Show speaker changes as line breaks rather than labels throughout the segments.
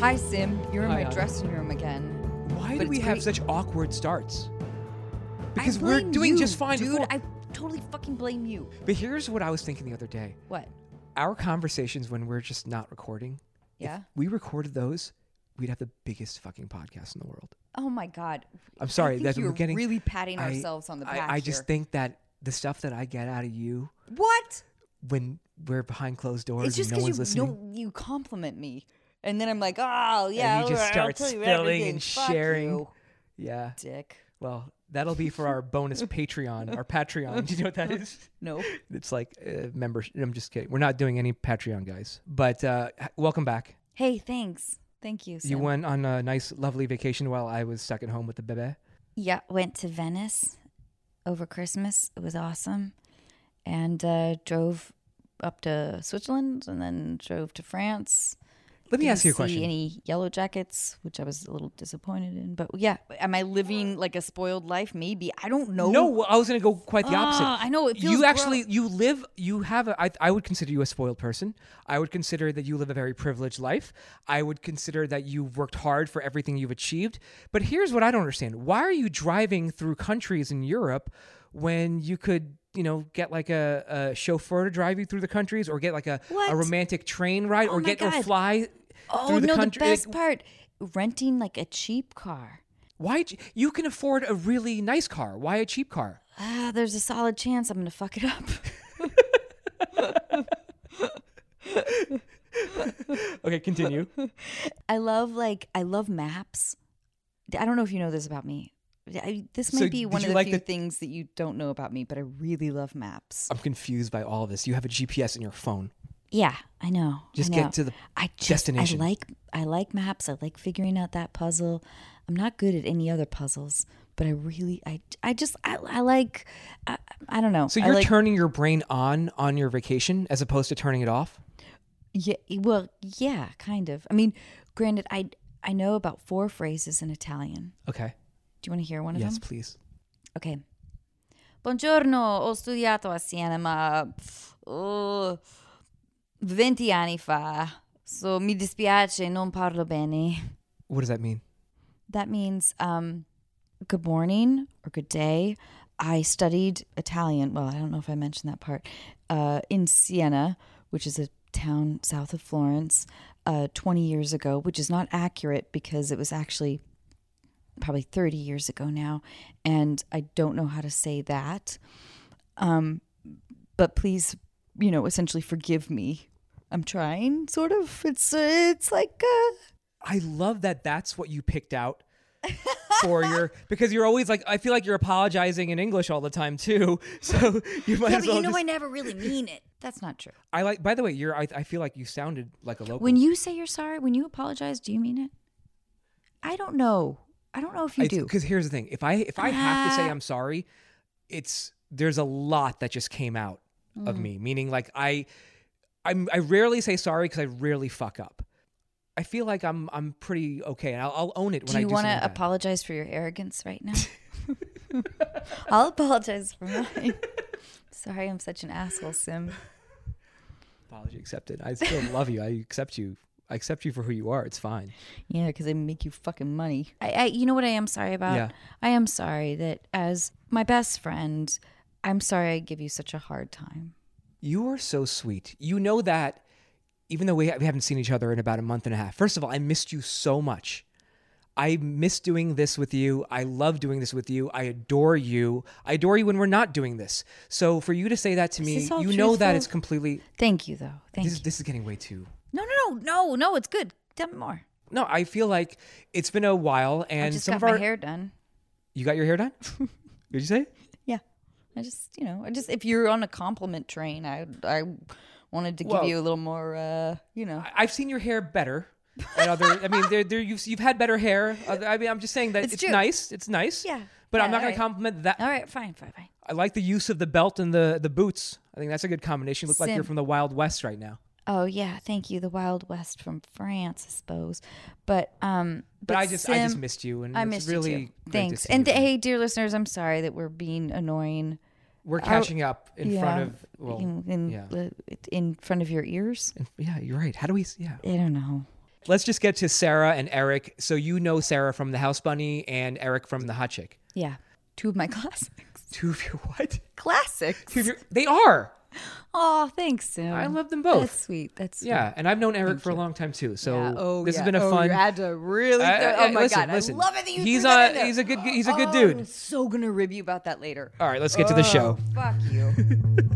Hi, Sim. You're in
Hi,
my
Anna.
dressing room again.
Why
But
do we
it's
have
great.
such awkward starts? Because
I
we're
blame
doing
you,
just fine
dude.
before.
I totally fucking blame you.
But here's what I was thinking the other day.
What?
Our conversations when we're just not recording,
Yeah.
we recorded those, we'd have the biggest fucking podcast in the world.
Oh my god.
I'm sorry
I think
that
you're
we're getting
really patting
I-
ourselves on the
I-
back.
I, just
here.
think that the stuff that I get out of you
what?
when we're behind closed doors
It's just
and no
because
one's
you
listening.
no, you compliment me, and then I'm like, oh yeah,
you just
alright, I'll
start
tell you
spilling
everything.
and
Fuck
sharing.
you,
Yeah.
dick.
Well, that'll be for our bonus Patreon. Our Patreon. Do you know what that is?
No.
It's like uh, membership. I'm just kidding. We're not doing any Patreon, guys. But uh, h- welcome back.
Hey, thanks. Thank you. Sam.
You went on a nice, lovely vacation while I was stuck at home with the bebe.
Yeah, went to Venice over Christmas. It was awesome. And uh, drove up to Switzerland and then drove to France.
Let me
Didn't
ask you a
see
question.
Any yellow jackets, which I was a little disappointed in. But yeah, am I living like a spoiled life? Maybe. I don't know.
no, well, I was going to go quite the opposite.
Oh. Ah, I know, it feels
you actually you live you have a. I, I would consider you a spoiled person. I would consider that you live a very privileged life. I would consider that you worked hard for everything you've achieved. But here's what I don't understand: Why are you driving through countries in Europe when you could? You know, get like a, a chauffeur to drive you through the countries, or get like a,
What?
a romantic train ride, or
my
get or
God.
fly
Oh,
through the
no,
country.
the
Like,
best part renting like a cheap car.
Why ch- you can afford a really nice car? Why a cheap car?
Ah, there's a solid chance I'm going to fuck it up.
Okay, continue.
I love like I love maps. I don't know if you know this about me. I, this
So
might be
did
one
you
of the
like
few
the-
things that you don't know about me, but I really love maps.
I'm confused by all this. You have a GPS in your phone.
Yeah, I know. I
Just
know.
get to the
I just,
destination.
I like I like maps. I like figuring out that puzzle. I'm not good at any other puzzles, but I really I I just I, I like I, I don't know.
So
I
you're
like,
turning your brain on on your vacation as opposed to turning it off.
Yeah, well, yeah, kind of. I mean, granted, I I know about four phrases in Italian.
Okay.
Do you want to hear one of
Yes,
them?
please.
Ok. Buongiorno, ho studiato a Siena, ma oh, 20 anni fa. So mi dispiace, non parlo bene.
What does that mean?
That means um, good morning or good day. I studied Italian. Well, I don't know if I mentioned that part. Uh, in Siena, which is a town south of Florence, uh, 20 years ago, which is not accurate because it was actually probably 30 years ago now and i don't know how to say that um but please you know essentially forgive me i'm trying sort of it's uh, it's like uh,
I love that that's what you picked out for your because you're always like I feel like you're apologizing in English all the time too. So you might as well just-
never really mean it that's not true
I, like by the way, you're I, I feel like you sounded like a local.
when you say you're sorry when you apologize do you mean it i don't know i don't know if you do
Because here's the thing: if I if I have to say
Ah.
I'm sorry, it's there's a lot that just came out
Mm.
of me. Meaning, like I, I'm I rarely say sorry because I rarely fuck up. I feel like I'm I'm pretty okay, and I'll, I'll own it when
do
I
you
do
want
something
to
bad.
apologize for your arrogance right now i'll apologize for mine sorry i'm such an asshole sim
Apology accepted. I still love you. I accept you. I accept you for who you are. It's fine.
Yeah, because they make you fucking money. I, I, you know what I am sorry about?
Yeah.
I am sorry that as my best friend, I'm sorry I give you such a hard time.
You are so sweet. You know that, even though we, ha- we haven't seen each other in about a month and a half. First of all, I missed you so much. I miss doing this with you. I love doing this with you. I adore you. I adore you when we're not doing this. So for you to say that to me,
this all
you know that
truthful?
it's completely.
Thank you, though. Thank
This is,
you.
this is getting way too.
No, no, no, no, no. It's good. Tell me more.
No, I feel like it's been a while,
I
and
just
some of
got my
our.
hair done.
You got your hair done? What Did you say?
Yeah. I just, you know, I just if you're on a compliment train, I, I wanted to give
Well-
you a little more, uh, you know.
I- I've seen your hair better. At other, I mean, there, there, you've you've had better hair. Other- I mean, I'm just saying that
It's
it's,
true.
nice. It's nice.
Yeah.
But
Yeah,
I'm not going
alright.
to compliment that
All right, fine, fine, fine.
I like the use of the belt and the the boots. I think that's a good combination. You look like
Sim.
you're from the Wild West right now.
Oh yeah, thank you. The Wild West from France, I suppose. But um,
But, I just I just
Sim-
missed you, and
I
it's
missed
really
you
great
too.
to
Thanks.
see
And
you.
hey, dear listeners, I'm sorry that we're being annoying.
we're
our-
catching up in front of well,
in, in,
yeah.
uh, in front of your ears.
in- yeah, you're right. How do we? s- Yeah,
I don't know.
Let's just get to Sarah and Eric. So you know Sarah from the House Bunny and Eric from the Hot Chick.
Yeah. Two of my classics.
Two of your what?
Classics.
Two of your, they are.
Oh, thanks, Sam.
I love them both.
That's sweet. That's sweet.
Yeah, and I've known Eric for a long time too. So
Yeah. Oh,
this
yeah.
has been a
oh,
fun.
You had to really.
I-
throw-
I-
oh my
listen,
god,
listen.
I love it that you.
He's
threw that
a-
in there.
he's a good- he's a good
Oh,
dude.
I'm so gonna rib you about that later.
All right, let's get to the show.
Oh, fuck you.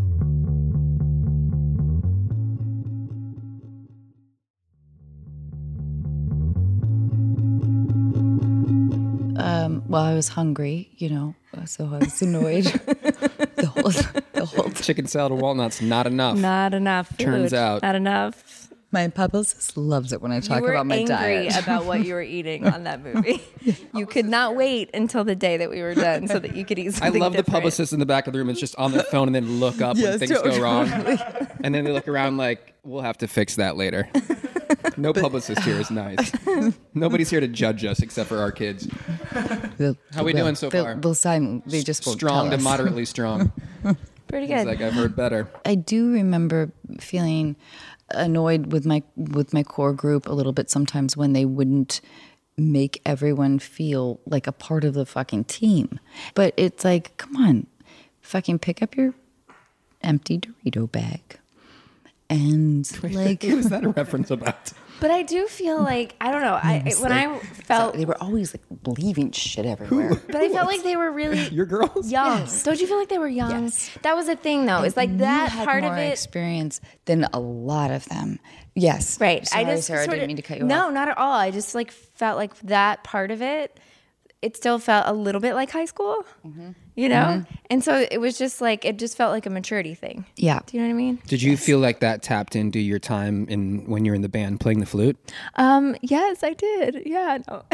Um, well, I was hungry, you know, so I was annoyed. the whole, the whole
Chicken salad and walnuts, not enough.
Not enough.
Turns
food.
out.
Not enough.
My publicist loves it when I talk
you were
about my
angry
diet.
about what you were eating on that movie. you could not wait until the day that we were done so that you could eat
I
something
love the
different.
publicist in the back of the room. It's just on their phone and then look up
Yes,
when things
totally.
go wrong. And then they look around like, we'll have to fix that later. No publicist here is nice. Nobody's here to judge us except for our kids. How we doing so
they'll,
far?
They'll sign. They just won't
strong
tell
to
us.
moderately strong.
Pretty
It's
good.
like I've heard better.
I do remember feeling annoyed with my with my core group a little bit sometimes when they wouldn't make everyone feel like a part of the fucking team. But it's like, come on, fucking pick up your empty Dorito bag and like
What is that a reference about?
but I do feel like I don't know. I it- when I felt,
they were always like leaving shit everywhere.
but I felt like they were really
Your girls?
young. Don't you feel like they were young? That was a thing though. It's like that
you had
part
more
of it.
experience than a lot of them. Yes,
Right.
Sorry,
I just
Sarah,
sort
didn't
of-
mean to cut you
no,
off.
not at all. I just like felt like that part of it. It still felt a little bit like high school,
Mm-hmm.
you know. And so it was just like it just felt like a maturity thing.
Yeah.
Do you know what I mean?
Did you feel like that tapped into your time in when you were in the band playing the flute?
Um. Yes, I did. Yeah. No.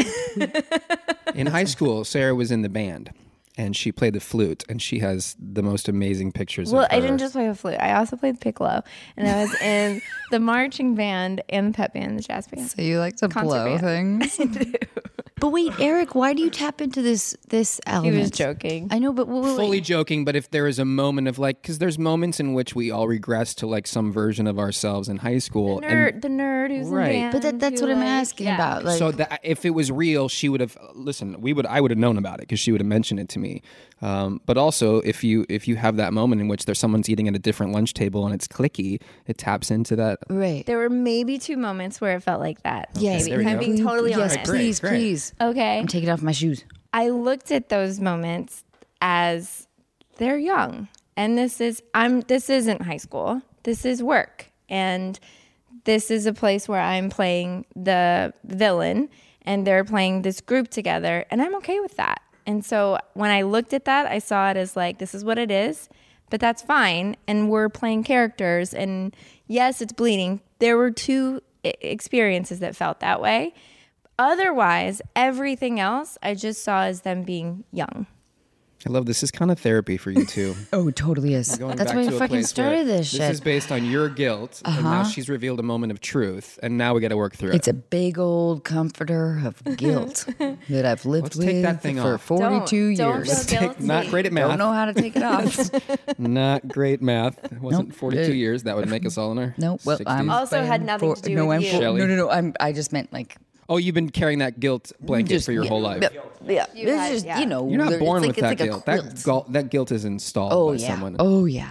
In high school, Sarah was in the band and she played the flute and she has the most amazing pictures
well,
of her.
I didn't just play the flute. I also played piccolo, and I was in the marching band and the pep band, the jazz band.
So you like to
Concert
blow
band.
things. but wait, Eric, why do you tap into this this
he
element?
was joking.
I know, but wait, wait,
fully joking, but if there is a moment of like, because there's moments in which we all regress to like some version of ourselves in high school.
nerd, the nerd who's
Right.
in band.
but that, that's
who,
what I'm
like-
asking
Yeah.
about. Like,
so that if it was real, she would have listen. We would I would have known about it because she would have mentioned it to me. Um, but also, if you if you have that moment in which there's someone's eating at a different lunch table and it's clicky, it taps into that.
right?
There were maybe two moments where it felt like that.
Yes,
there we
I'm
go.
being totally
yes,
honest.
great,
please,
great.
please.
Okay.
I'm taking off my shoes.
I looked at those moments as they're young. And this is I'm this isn't high school. This is work. And this is a place where I'm playing the villain and they're playing this group together and I'm okay with that. And so when I looked at that, I saw it as like this is what it is, but that's fine and we're playing characters and yes, it's bleeding. There were two i- experiences that felt that way. Otherwise, everything else I just saw as them being young.
I love this. Is kind of therapy for you too.
Oh, totally is.
going
That's
back
why I
to a
fucking
place where
started this shit. Uh-huh.
This is based on your guilt, and now she's revealed a moment of truth, and now we got to work through
it's
it.
a big old comforter of guilt that I've lived
Let's
with
take that thing
for
off.
42
Don't- don't
years.
feel guilty.
Not great at math.
Don't know how to take it off.
Not great math. It wasn't
Nope.
42
Hey.
years. That would make us all in our.
No, well, I'm
60s.
Also had
I'm
nothing
for-
to do
no,
with
I'm
you.
for-
Shelley.
no, no, no. I'm, I just meant like
Oh, you've been carrying that guilt blanket
just-
for your
yeah,
whole life.
Yeah, yeah.
You
This
had-
is,
yeah.
you know,
You're not
there-
born
it's
with
like,
that
it's
guilt.
like A quilt.
That, gul- that guilt is installed
oh
by
yeah.
someone.
Oh yeah.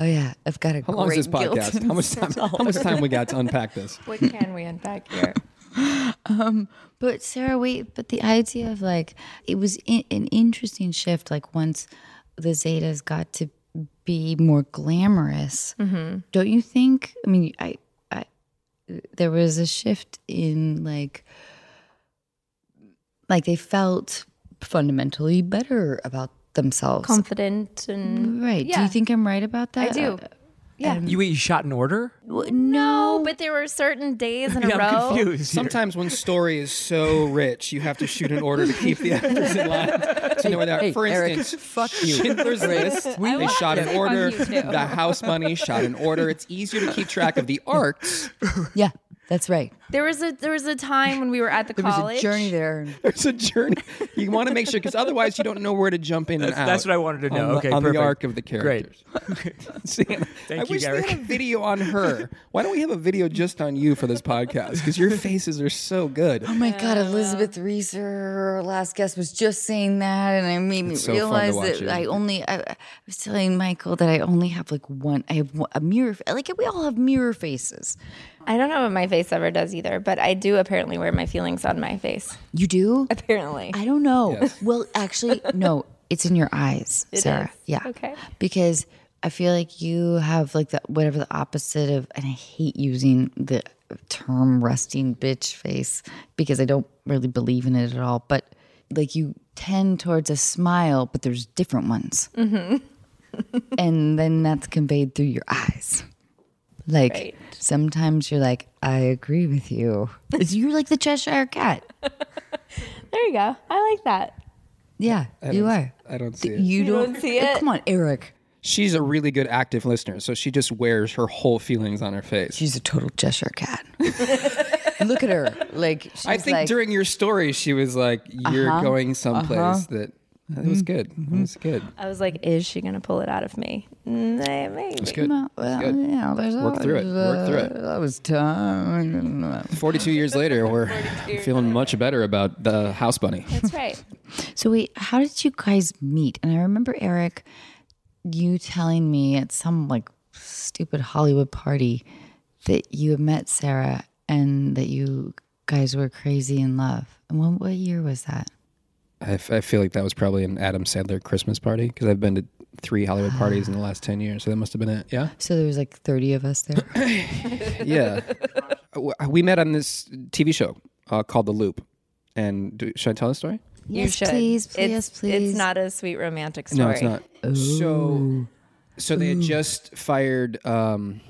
Oh yeah. I've got a
How
great
long is this
guilt
podcast? How much time?
installed.
How much time we got to unpack this?
What can we unpack here?
Um, but Sarah, wait. But the idea of like it was in, an interesting shift. Like once the Zetas got to be more glamorous, don't you think? I mean, I, I, there was a shift in like, like they felt fundamentally better about themselves.
Confident and
Right. Do
Yeah.
you think I'm right about
I
that? Uh,
do. Yeah.
You eat shot in order?
W- No, but there were certain days in a
Yeah,
row.
I'm confused. here.
Sometimes when story is so rich, you have to shoot in order to keep the actors in line to know where they're at.
hey,
For
Eric,
instance, fuck you. Schindler's List.
I
they
will
shot
have
in
to pick on
order.
you too.
The House Bunny shot in order. It's easier to keep track of the arcs.
Yeah, that's right.
There was a there was a time when we were at the
There
college.
was a journey there. and-
There's a journey. You want to make sure because otherwise you don't know where to jump in and out.
That's what I wanted to know.
on the-
okay,
on
perfect.
the arc of the
Great.
characters. Sienna,
Thank
I
you,
wish
Garrick.
they had a video on her. Why don't we have a video just on you for this podcast? Because your faces are so good.
Oh my God, Elizabeth Reese, her last guest, was just saying that, and it made me
It's so fun to
realize
watch
that
it.
I only. I, I was telling Michael that I only have like one. I have one, a mirror. Like we all have mirror faces.
I don't know what my face ever does either, but I do apparently wear my feelings on my face.
You do?
Apparently.
I don't know. Well, actually, no. It's in your eyes, Sarah.
is.
Yeah.
Okay.
Because I feel like you have like the whatever the opposite of, and I hate using the term "resting bitch face" because I don't really believe in it at all. But like you tend towards a smile, but there's different ones, mm-hmm. and then that's conveyed through your eyes. Like
Right.
sometimes you're like, I agree with you. You're like the Cheshire Cat.
There you go. I like that.
Yeah, you are.
I don't see it.
You, don't,
don't see
Uh,
it?
Come on, Eric.
She's a really good active listener, so she just wears her whole feelings on her face.
She's a total Cheshire cat. Look at her. Like Uh-huh. she's
I think
like,
during your story, she was like, "You're going someplace
Uh-huh.
that." It was
Mm-hmm.
good. It was good.
I was like, is she gonna pull it out of me? Mm, eh, Maybe.
It's good.
"Uh, Well,
good.
yeah, there's
Work through it. Work through it.
That was time.
Forty-two years later, we're feeling much better about the house bunny.
That's right.
So wait, how did you guys meet? And I remember Eric, you telling me at some like stupid Hollywood party that you had met Sarah and that you guys were crazy in love. And when, what year was that?
I, f- I feel like that was probably an Adam Sandler Christmas party because I've been to three Hollywood parties in the last ten years, so that must have been it. Yeah,
So there was like thirty of us there.
yeah. Uh, W- we met on this TV show uh, called The Loop, and do, should I tell the story?
you should.
please, please,
it's,
please.
It's not a sweet romantic story.
No, it's not. So, so they had just fired um,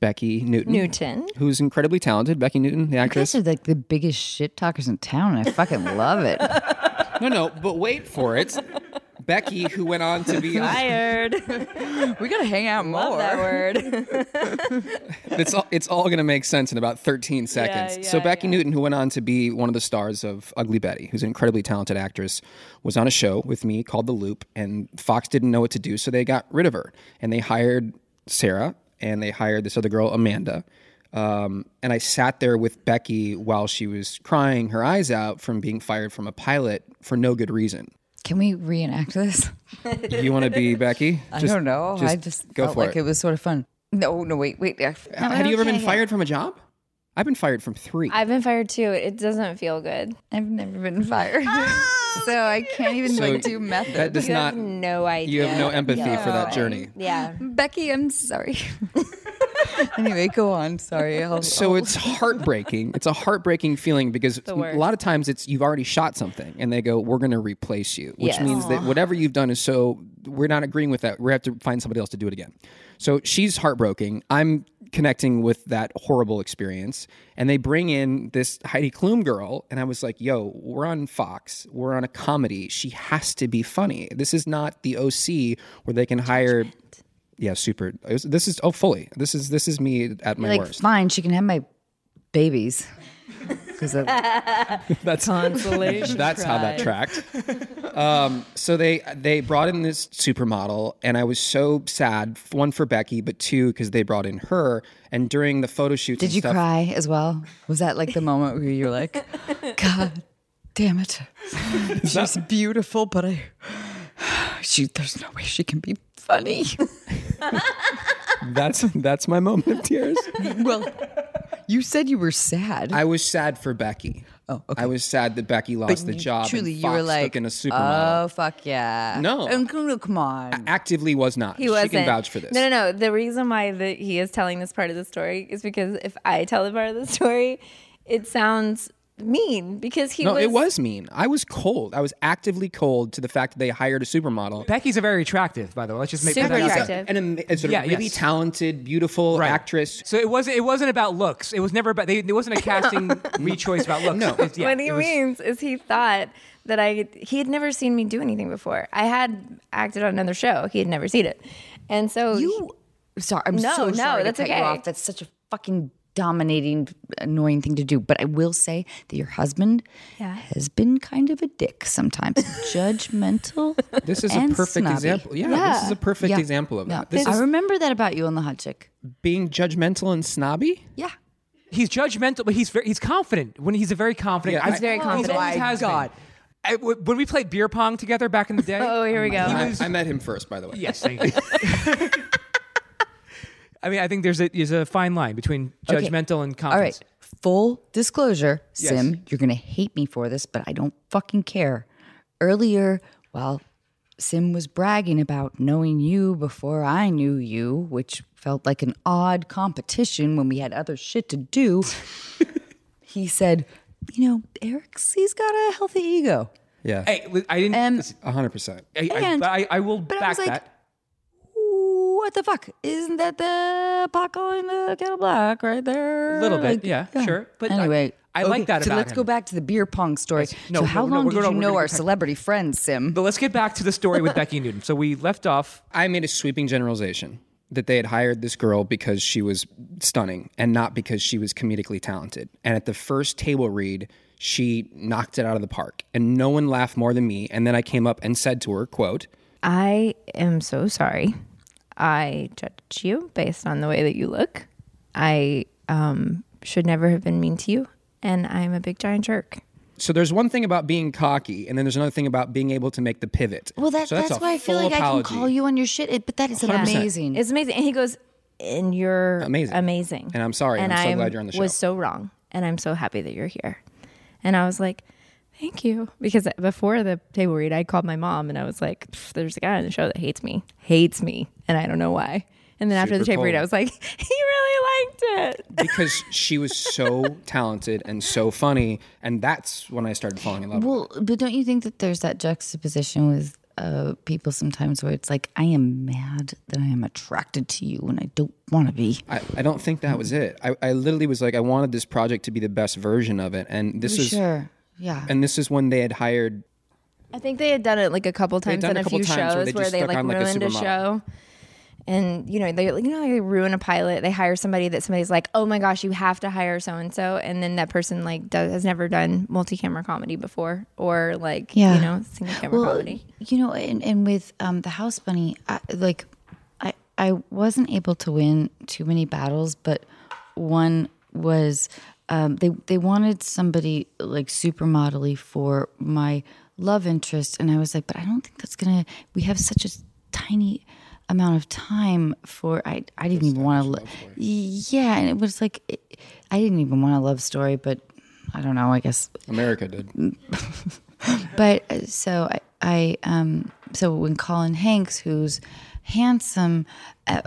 Becky Newton,
Newton.
who's incredibly talented. Becky Newton, the
You guys
actress.
are like the biggest shit talkers in town, and I fucking love it.
no, no, but wait for it. Becky, who went on to be
Fired.
We gotta hang out more.
Love that word.
it's all it's all gonna make sense in about 13 seconds. so
yeah,
Becky Newton, who went on to be one of the stars of Ugly Betty, who's an incredibly talented actress, was on a show with me called The Loop, and Fox didn't know what to do, so they got rid of her and they hired Sarah and they hired this other girl Amanda. Um, and I sat there with Becky while she was crying her eyes out from being fired from a pilot for no good reason.
Can we reenact this?
You want to be Becky?
I don't know. I just
go
felt
for
like
it.
it. was sort of fun. No, no, wait, wait. I- no,
Have you ever
okay,
been
yeah.
fired from a job? I've been fired from three.
I've been fired too. It doesn't feel good.
I've never been fired, so I can't even
Oh, So
like do
That
method.
does
You
not.
have no idea.
You have no empathy for that journey.
Yeah.
Becky, I'm sorry. anyway, go on. Sorry. I'll,
So it's heartbreaking. It's a heartbreaking feeling because a
Oh. worst.
lot of times it's you've already shot something and they go, "We're going to replace you," which
Yes.
means that whatever you've done is so we're not agreeing with that. We have to find somebody else to do it again. So she's heartbroken. I'm connecting with that horrible experience, and they bring in this Heidi Klum girl, and I was like, "Yo, we're on Fox. We're on a comedy. She has to be funny. This is not the OC where they can hire." Yeah, super. it was- This is oh, fully. This is this is me at my
like,
worst.
fine, she can have my babies. Because
That's
Consolation
That's how that tracked. Um, so they they brought in this supermodel, and I was so sad. One for Becky, but two because they brought in her. And during the photo shoot,
did you cry as well? Was that like the moment where you were like, God damn it, she's beautiful, but I, she, there's no way she can be funny.
That's that's my moment of tears.
well, you said you were sad.
I was sad for Becky. Oh, okay. I was sad that Becky lost the
You-
job.
Truly,
and
you were
Fox
like,
took in a supermodel.
oh fuck yeah,
No.
Um, come come on,
Actively was not.
He wasn't.
She can vouch for this.
No, no, no. The reason why the, he is telling this part of the story is because if I tell the part of the story, it sounds mean because he
no,
was,
it was mean. I was cold. I was actively cold to the fact that they hired a supermodel.
Becky's a very attractive, by the way. Let's just make
Super
that out.
attractive.
And a, and sort of
Yeah,
really
yes.
talented, beautiful
Right.
actress.
So it wasn't. It wasn't about looks. It was never about. They, it wasn't a casting rechoice about looks.
No.
It's- yeah,
what he
it was-
means is he thought that I he had never seen me do anything before. I had acted on another show. He had never seen it, and so
You, sorry, I'm
No,
so
no,
sorry
that's
to cut
okay.
you off. That's such a fucking dominating, annoying thing to do. But I will say that your husband
Yeah.
has been kind of a dick sometimes, judgmental.
This is
and
a perfect
snobby.
example. Yeah, this
Yeah.
is a perfect
Yeah.
example of
Yeah,
that. This
I
is
remember that about you on the hot chick.
being judgmental and snobby.
Yeah,
He's judgmental, but he's very, he's confident. When he's a very confident.
Yeah,
guy.
He's
very confident.
always
Oh my
has been. I- w- when we played beer pong together back in the day.
oh, here we go.
He
I,
was-
I met him first, by the way.
Yes, thank you. I mean, I think there's a there's a fine line between
Okay.
judgmental and
All
confidence.
right. Full disclosure, Sim, you're gonna hate me for this, but I don't fucking care. Earlier, while Sim was bragging about knowing you before I knew you, which felt like an odd competition when we had other shit to do. he said, "You know, Eric's he's got a healthy ego."
Yeah.
Hey, li- I didn't.
Um,
listen,
100%.
I, I-
and-
but I, I will
but I
back
was like-
that.
What the fuck? Isn't that the Paco and the Kettle Black right there?
A little bit,
Like,
yeah, sure. But I-
anyway,
I like that
So
about
let's
him.
go back to the beer pong story.
No, no,
so how
no,
long
we're
did
gonna-
you
we're
know
gonna
our
protect-
celebrity friend Sim?
But let's get back to the story with Becky Newton. So we left off.
I made a sweeping generalization that they had hired this girl because she was stunning and not because she was comedically talented. And at the first table read, she knocked it out of the park and no one laughed more than me. And then I came up and said to her, quote,
I am so sorry. I judge you based on the way that you look. I um, should never have been mean to you, and I'm a big giant jerk.
so there's one thing about being cocky and then there's another thing about being able to make the pivot.
Well, that,
So
that's,
a
why I feel
full
like I
apology.
can call you on your shit. It, but that is amazing.
It's amazing. And he goes, and you're
Amazing.
amazing. Amazing.
And I'm sorry. I'm so glad you're on the show.
was so wrong. And I'm so happy that you're here. And I was like, thank you. Because before the table read, I called my mom and I was like, "Pff, there's a guy on the show that hates me, hates me. And I don't know why. And then after the
Super
table read,
cold.
I was like, he really liked it.
because she was so talented and so funny. And that's when I started falling in love. with her.
well, but don't you think that there's that juxtaposition with uh, people sometimes where it's like, I am mad that I am attracted to you and I don't want to be.
I, I don't think that was it. I, I literally was like, I wanted this project to be the best version of it. And this is
Sure. Yeah.
and this is when they had hired
I think they had done it like a couple times
done
on
it a
a,
couple
few
times
shows
where
where
they
they,
just stuck
like
on, like, a
ruined a,
supermodel.
show. And you know they like you know they ruin a pilot. They hire somebody that somebody's like, oh my gosh, you have to hire so and so, and then that person like does, has never done multi camera comedy before or like
Yeah.
you know single camera comedy.
You know, and, and with um, the house bunny, I, like I I wasn't able to win too many battles, but one was um, they they wanted somebody like supermodely for my love interest, and I was like, but I don't think that's gonna. We have such a tiny amount of time for I I didn't even want to. Yeah, and it was like it, I didn't even want a love story, but I don't know. I guess
America did.
but uh, so I, I um, so when Colin Hanks, who's handsome uh,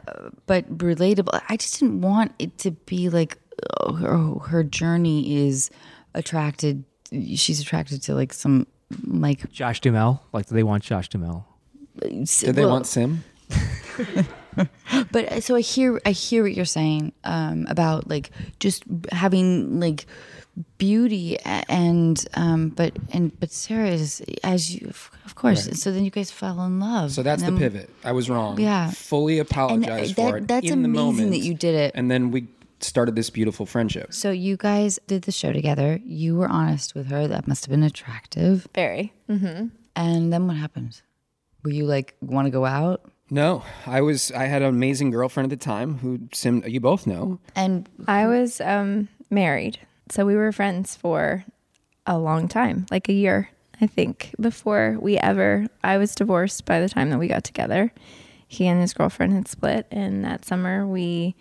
but relatable, I just didn't want it to be like oh, her, her journey is attracted. She's attracted to like some like
Josh Dumel. Like they want Josh Dumel.
Did they want Sim?
but uh, so I hear I hear what you're saying um, about like just having like beauty a- and um, but and but Sarah is as you of course. So then you guys fell in love.
So that's the pivot. I was wrong.
Yeah. uh,
Fully apologize
that-
for it.
that's
in the
amazing
moment,
that you did it.
And then we started this beautiful friendship.
So you guys did the show together. You were honest with her. That must have been attractive.
Very.
And then what happened? Were you like want to go out?
No, I was I had an amazing girlfriend at the time who Sim you both know.
And
I was um, married, so we were friends for a long time, like a year, I think, before we ever. I was divorced by the time that we got together. He and his girlfriend had split, and that summer we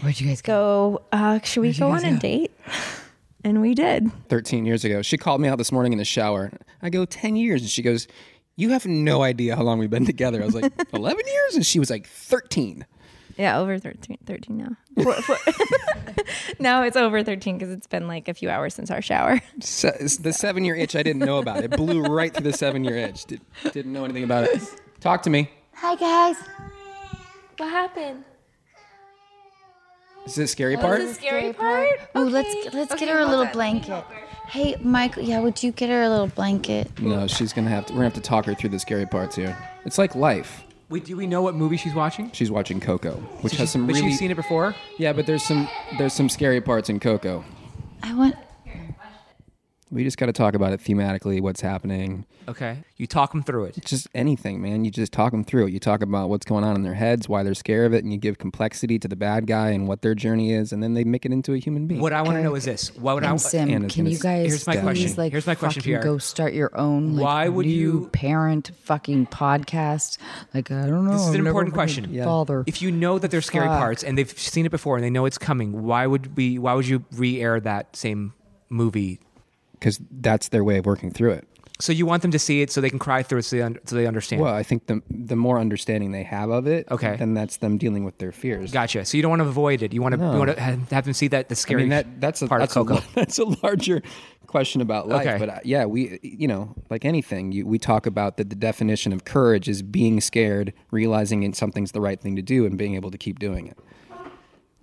where'd you guys go?
go. Uh, should we go on a date? And we did.
13 years ago. She called me out this morning in the shower. I go, 10 years. And she goes, You have no idea how long we've been together. I was like, 11 years? And she was like, 13.
Yeah, over 13, 13 now. Four- four- No, it's over 13 because it's been like a few hours since our shower.
Se- the seven year itch I didn't know about. It blew right through the seven year itch. Did, didn't know anything about it. Talk to me.
Hi guys.
What happened?
Is this scary part?
Scary part?
Ooh, let's let's get her a little blanket. Hey, Michael. Yeah, would you get her a little blanket?
No, she's gonna have to. We're gonna have to talk her through the scary parts here. It's like life.
Wait, do we know what movie she's watching?
She's watching Coco, which has some
But
really.
she's seen it before.
Yeah, but there's some there's some scary parts in Coco.
I want.
We just got to talk about it thematically. What's happening?
Okay, you talk them through it.
Just anything, man. You just talk them through it. You talk about what's going on in their heads, why they're scared of it, and you give complexity to the bad guy and what their journey is, and then they make it into a human being.
What I want to know is this: What would I?
Sim,
Anna's
can
gonna
you
s-
guys
Here's my
please
question.
like
Here's my question,
fucking
Pierre.
go start your own like,
Why would
new
you-
parent fucking podcast? Like I don't know.
This is
I've
an
never
important
been a
question. Yeah.
Father,
If you know that there's scary
Fuck.
parts and they've seen it before and they know it's coming, why would we? Why would you re-air that same movie?
Because that's their way of working through it.
So you want them to see it so they can cry through it so they, un- so they understand.
Well, I think the the more understanding they have of it,
Okay.
then that's them dealing with their fears.
Gotcha. So you don't want to avoid it. You want to you want to have them see that the
I
scary
mean that that's a
part
that's a,
of Coco.
lar- that's a larger question about life.
Okay.
But uh, yeah, we you know like anything you, we talk about that the definition of courage is being scared, realizing it, something's the right thing to do, and being able to keep doing it.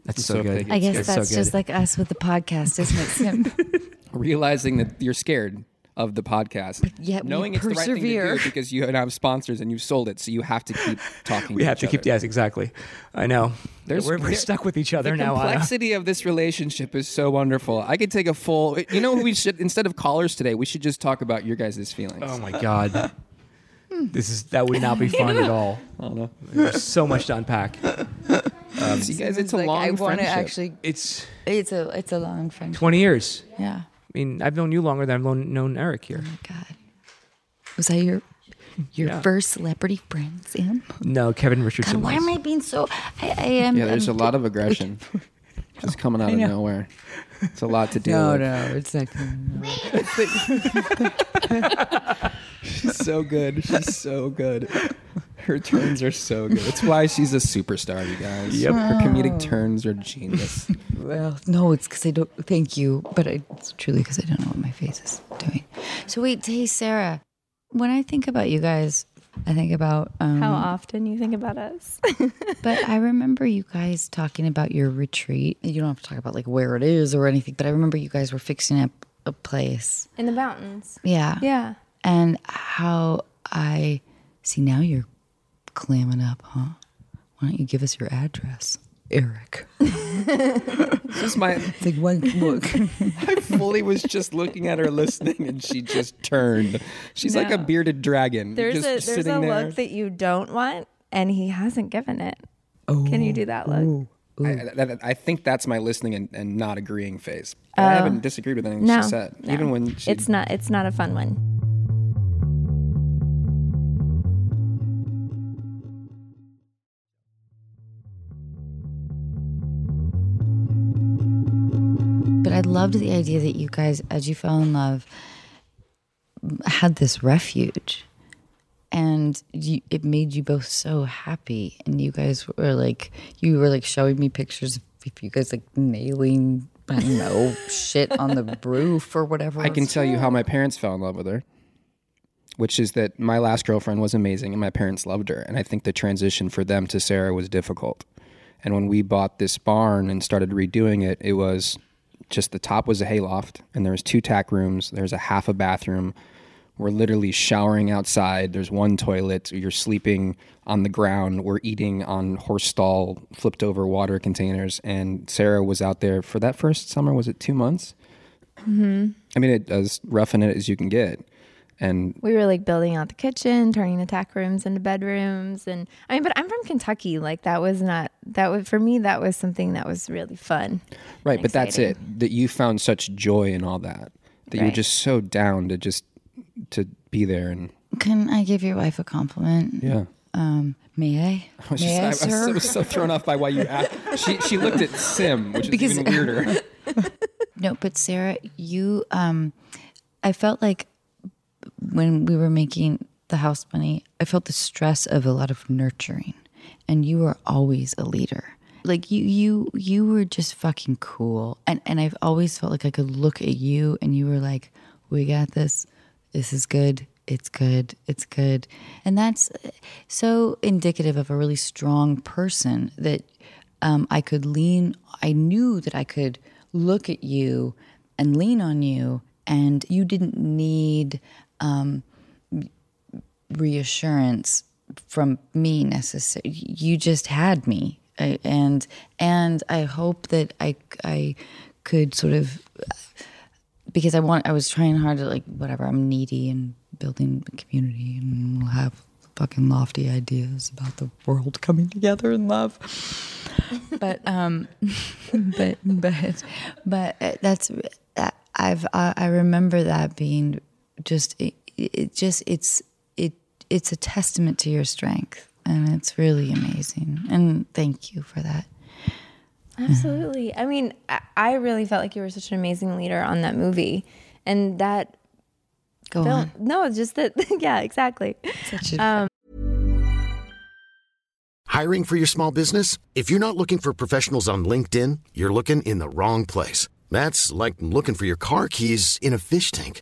That's
so
so
thank
good.
you.
I guess
It's so
that's
good.
just like us with the podcast, isn't it, Sim?
Realizing that you're scared of the podcast,
yet we
knowing it's the right
persevere.
thing to do because you have sponsors and you've sold it, so you have to keep talking.
We
to
have
each
to keep.
other.
Yes, exactly. I know.
There's-
we're, we're
there-
stuck with each other
The
now. uh, Anna.
complexity of this relationship is so wonderful. I could take a full. You know, we should instead of callers today, we should just talk about your guys' feelings.
Oh my god. this is that would not be fun at all. I don't know. There's so much to unpack.
you guys, it's a
like,
long.
I want to
friendship.
actually.
It's
It's a it's a long friendship.
20 years.
Yeah.
I mean, I've known you longer than I've known, known Eric here.
God, was that your your
Yeah.
first celebrity friend, Sam?
No, Kevin Richardson.
God, why
was.
am I being so? I, I am.
Yeah, there's a
um,
I'm-
lot of aggression just coming out of nowhere. It's a lot to deal with.
no, it's not.
She's so good. She's so good. Her turns are so good. It's why she's a superstar, you guys. Oh.
Yep.
Her comedic turns are genius.
Well, no, it's because I don't. Thank you, but I, it's truly because I don't know what my face is doing.
So wait, hey Sarah,
When I think about you guys, I think about um,
How often you think about us?
But I remember you guys talking about your retreat. You don't have to talk about like where it is or anything, but I remember you guys were fixing up a place.
In the mountains.
Yeah.
Yeah.
And how I see now you're clamming up, huh? Why don't you give us your address, Eric?
This is my
It's like one look.
fully was just looking at her listening and she just turned. She's like a
No.
bearded dragon.
There's
just
a there's
sitting
a
there.
look that you don't want and he hasn't given it. Can you do that look?
I, that- I think that's my listening and, and not agreeing phase. But I haven't disagreed with anything
Oh. No.
she said,
no.
even when she
It's not it's not a fun one.
But I loved the idea that you guys, as you fell in love, had this refuge, and you, it made you both so happy. And you guys were like, you were like showing me pictures of you guys like nailing, I don't know, shit on the roof or whatever.
I can tell you how my parents fell in love with her, which is that my last girlfriend was amazing and my parents loved her. And I think the transition for them to Sarah was difficult. And when we bought this barn and started redoing it, it was just the top was a hayloft and there was two tack rooms, there's a half a bathroom. We're literally showering outside. There's one toilet. You're sleeping on the ground. We're eating on horse stall, flipped over water containers. And Sarah was out there for that first summer. Was it two months? I mean, it as rough in it as you can get. And
We were like building out the kitchen, turning the tack rooms into bedrooms and I mean, but I'm from Kentucky. Like that was not that was for me that was something that was really fun.
right, but that's
Exciting.
it. That you found such joy in all that that you're
Right.
just so down to just to be there and
Can I give your wife a compliment?
yeah.
Um, may I?
I was,
may I,
just, I, was,
sir?
so- was so thrown off by why you asked. She she looked at Sim, which is
Because-
even weirder.
No, but Sarah, you, um, I felt like when we were making the house money, I felt the stress of a lot of nurturing, and you were always a leader. like you you you were just fucking cool. And and I've always felt like I could look at you and you were like, "We got this. This is good. It's good. It's good." And that's uh, so indicative of a really strong person that um, I could lean I knew that I could look at you and lean on you and you didn't need reassurance from me necessarily. You just had me, I, and and I hope that I I could sort of because I want I was trying hard to like whatever I'm needy and building a community and we'll have fucking lofty ideas about the world coming together in love but um but but but uh, that's uh, i've I, I remember that being just it, it just it's it it's a testament to your strength and it's really amazing and thank you for that
Absolutely. I mean, I, I really felt like you were such an amazing leader on that movie, and that
Oh,
go
film.
on
No, it's just that. Yeah, exactly.
Such a-
um,
Hiring for your small business? If you're not looking for professionals on LinkedIn, you're looking in the wrong place. That's like looking for your car keys in a fish tank.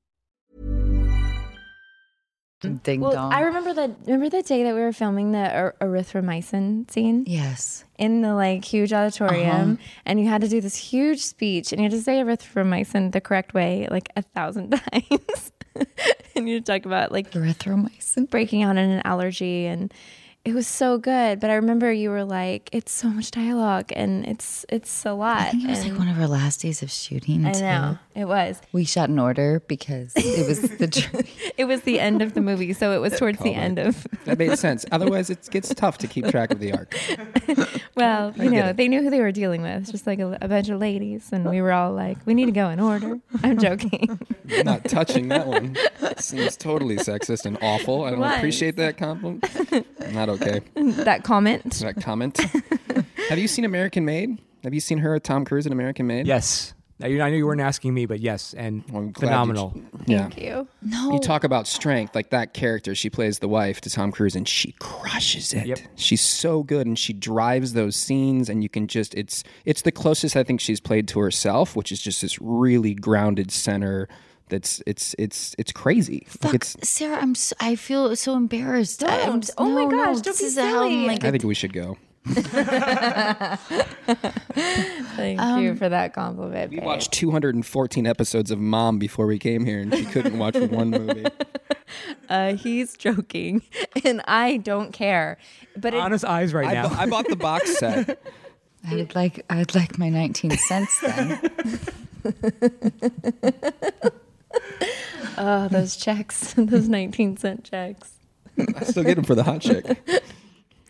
ding
Well,
dong
I remember that. Remember the day that we were filming the er- erythromycin scene
yes Uh-huh.
in the like huge auditorium, and you had to do this huge speech, and you had to say erythromycin the correct way like a thousand times, and you talked about like
erythromycin
breaking out in an allergy and it was so good but i remember you were like it's so much dialogue and it's it's a lot
I think it was like
and
one of our last days of shooting.
i
too.
know it was
We shot in order because it was the journey.
it was the end of the movie so it was towards the end of
That made sense. Otherwise, it gets tough to keep track of the arc.
well you
get
know
it.
they knew who they were dealing with just like a, a bunch of ladies and we were all like we need to go in order i'm joking
Not touching that one. Seems totally sexist and awful. I don't
Why?
appreciate that compliment. Not okay.
that comment
That comment. Have you seen American Made? Have you seen her, Tom Cruise, in American Made?
Yes. Now, you- I knew you weren't asking me, but yes, and
Well, I'm glad you-
phenomenal.
Yeah.
thank you
No,
You talk about strength, like that character. She plays the wife to Tom Cruise and she crushes it.
Yep.
She's so good and she drives those scenes and you can just it's it's the closest I think she's played to herself, which is just this really grounded center that's it's it's it's crazy. Like
fuck,
it's
Sarah. I'm. So, I feel so embarrassed. I'm
Don't. Oh my
no, no,
gosh, don't
this
be
is how I'm
silly.
like.
I think we should go.
thank
Um,
you for that compliment
We
babe.
watched 214 episodes of Mom before we came here and she couldn't watch one movie.
uh, he's joking and i don't care but it,
Honest eyes right
I,
now.
bu- I bought the box set.
I would like. I would like my 19 cents then.
oh those checks those 19 cent checks
I still get him for the hot chick.